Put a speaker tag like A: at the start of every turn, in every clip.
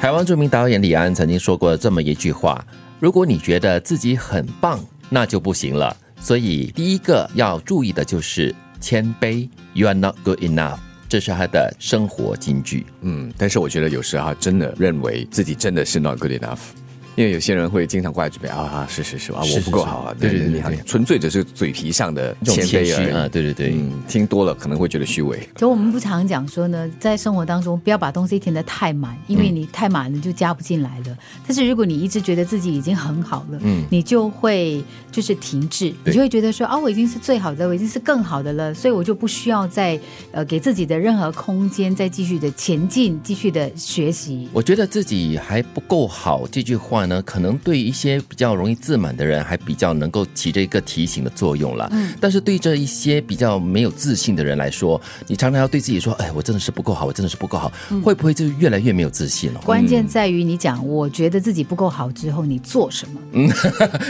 A: 台湾著名导演李安曾经说过这么一句话：“如果你觉得自己很棒，那就不行了。”所以第一个要注意的就是谦卑，You are not good enough。这是他的生活金句。
B: 嗯，但是我觉得有时候他真的认为自己真的是 not good enough，因为有些人会经常怪罪别人啊，是是是啊，
A: 是是
B: 我不够好啊，
A: 是对对
B: 你
A: 对
B: 好
A: 对
B: 纯粹只是嘴皮上的
A: 这种
B: 谦
A: 谦
B: 卑而
A: 虚
B: 已。
A: 啊，对对对，
B: 嗯，听多了可能会觉得虚伪。
C: 所以我们不常讲说呢，在生活当中不要把东西填得太满，因为你太满了就加不进来了。但是如果你一直觉得自己已经很好了，
A: 嗯
C: 你就会就是停滞，
A: 对
C: 你就会觉得说啊，我已经是最好的，我已经是更好的了，所以我就不需要再呃给自己的任何空间再继续的前进，继续的学习。
A: 我觉得自己还不够好这句话呢，可能对一些比较容易自满的人，还比较能够起着一个提醒的作用了。嗯，但是对这一些比较没有自信的人来说，你常常要对自己说：“哎，我真的是不够好，我真的是不够好。
C: 嗯
A: 会不会就越来越没有自信了、
C: 关键在于你讲，我觉得自己不够好之后，你做什么？
A: 嗯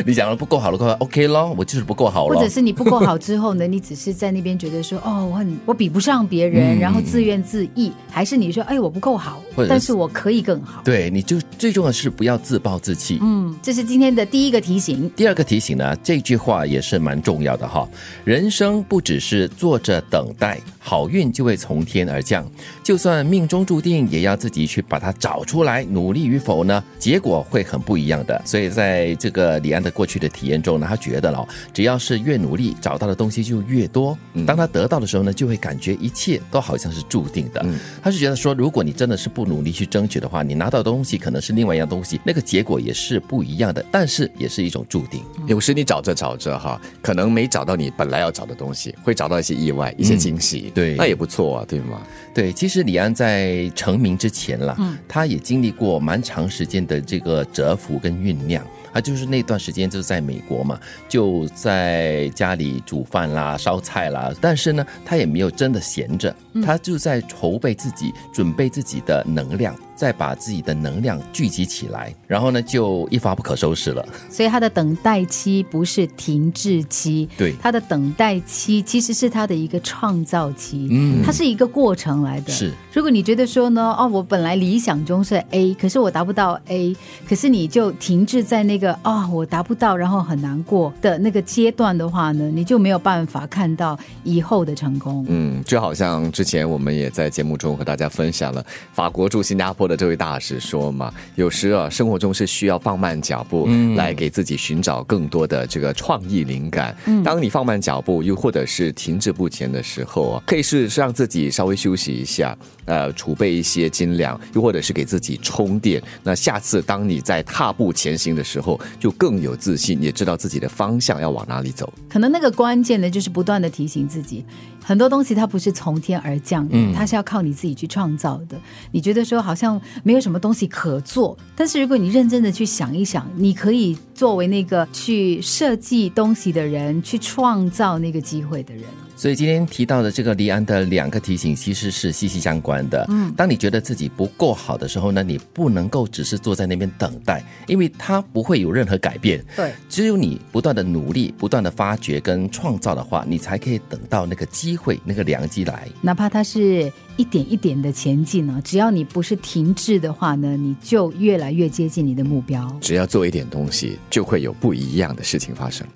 A: 你讲了不够好了，快 OK 咯，我就是不够好
C: 或
A: 了
C: 者。是你不够好之后呢，你只是在那边觉得说， 哦，我很我比不上别人，然后自怨自艾，还是你说，哎，我不够好
A: 嗯或者是，
C: 但是我可以更好。
A: 对，你就最重要的是不要自暴自弃。
C: 嗯，这是今天的第一个提醒。
A: 第二个提醒呢，这句话也是蛮重要的哈。人生不只是坐着等待，好运就会从天而降。就算命中注定，也要自己去把它找出来，努力与否呢，结果会很不一样的。所以在这个李安的过去的体验中呢，他觉得了，只要是越努力，找到的东西就越多。当他得到的时候呢，就会感觉一切都好像是注定的。他是觉得说，如果你真的是不努力去争取的话，你拿到的东西可能是另外一样东西，那个结果也是不一样的，但是也是一种注定。
B: 有时你找着找着哈，可能没找到你本来要找的东西，会找到一些意外、一些惊喜，
A: 嗯对
B: 那也不错啊，对吗？
A: 对，其实李安在成名之前啦，他也经历过蛮长时间的这个蛰伏跟酝酿。他就是那段时间就在美国嘛，就在家里煮饭啦、烧菜啦，但是呢，他也没有真的闲着，他就在筹备自己、准备自己的能量，再把自己的能量聚集起来，然后呢，就一发不可收拾了。
C: 所以他的等待期不是停滞期，
A: 对
C: 他的等待期其实是他的一个创造期，嗯，它是一个过程来的。
A: 是，
C: 如果你觉得说呢，哦，我本来理想中是 A，可是我达不到 A，可是你就停滞在那个哦，我达不到，然后很难过的那个阶段的话呢，你就没有办法看到以后的成功。
B: 嗯，就好像之前我们也在节目中和大家分享了法国驻新加坡的这位大使说嘛，有时啊，生活中是需要放慢脚步，来给自己寻找更多的这个创意灵感。当你放慢脚步，又或者是停滞不前的时候啊，可以是让自己稍微休息一下，呃，储备一些斤两，又或者是给自己充电。那下次当你在踏步前行的时候，就更有自信，也知道自己的方向要往哪里走。
C: 可能那个关键呢，就是不断的提醒自己，很多东西它不是从天而降的，它是要靠你自己去创造的。你觉得说好像没有什么东西可做，但是如果你认真的去想一想，你可以作为那个去设计东西的人，去创造那个机会的人。
A: 所以今天提到的这个黎安的两个提醒，其实是息息相关的。嗯，当你觉得自己不够好的时候呢，你不能够只是坐在那边等待，因为它不会有任何改变。
C: 对，
A: 只有你不断的努力、不断的发掘跟创造的话，你才可以等到那个机会、那个良机来。
C: 哪怕它是一点一点的前进呢，只要你不是停滞的话呢，你就越来越接近你的目标。
B: 只要做一点东西，就会有不一样的事情发生。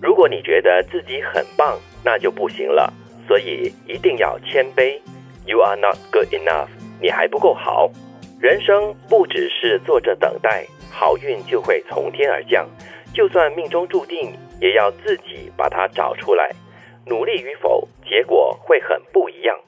D: 如果你觉得自己很棒，那就不行了，所以一定要谦卑。You are not good enough，你还不够好。人生不只是坐着等待，好运就会从天而降。就算命中注定，也要自己把它找出来。努力与否，结果会很不一样。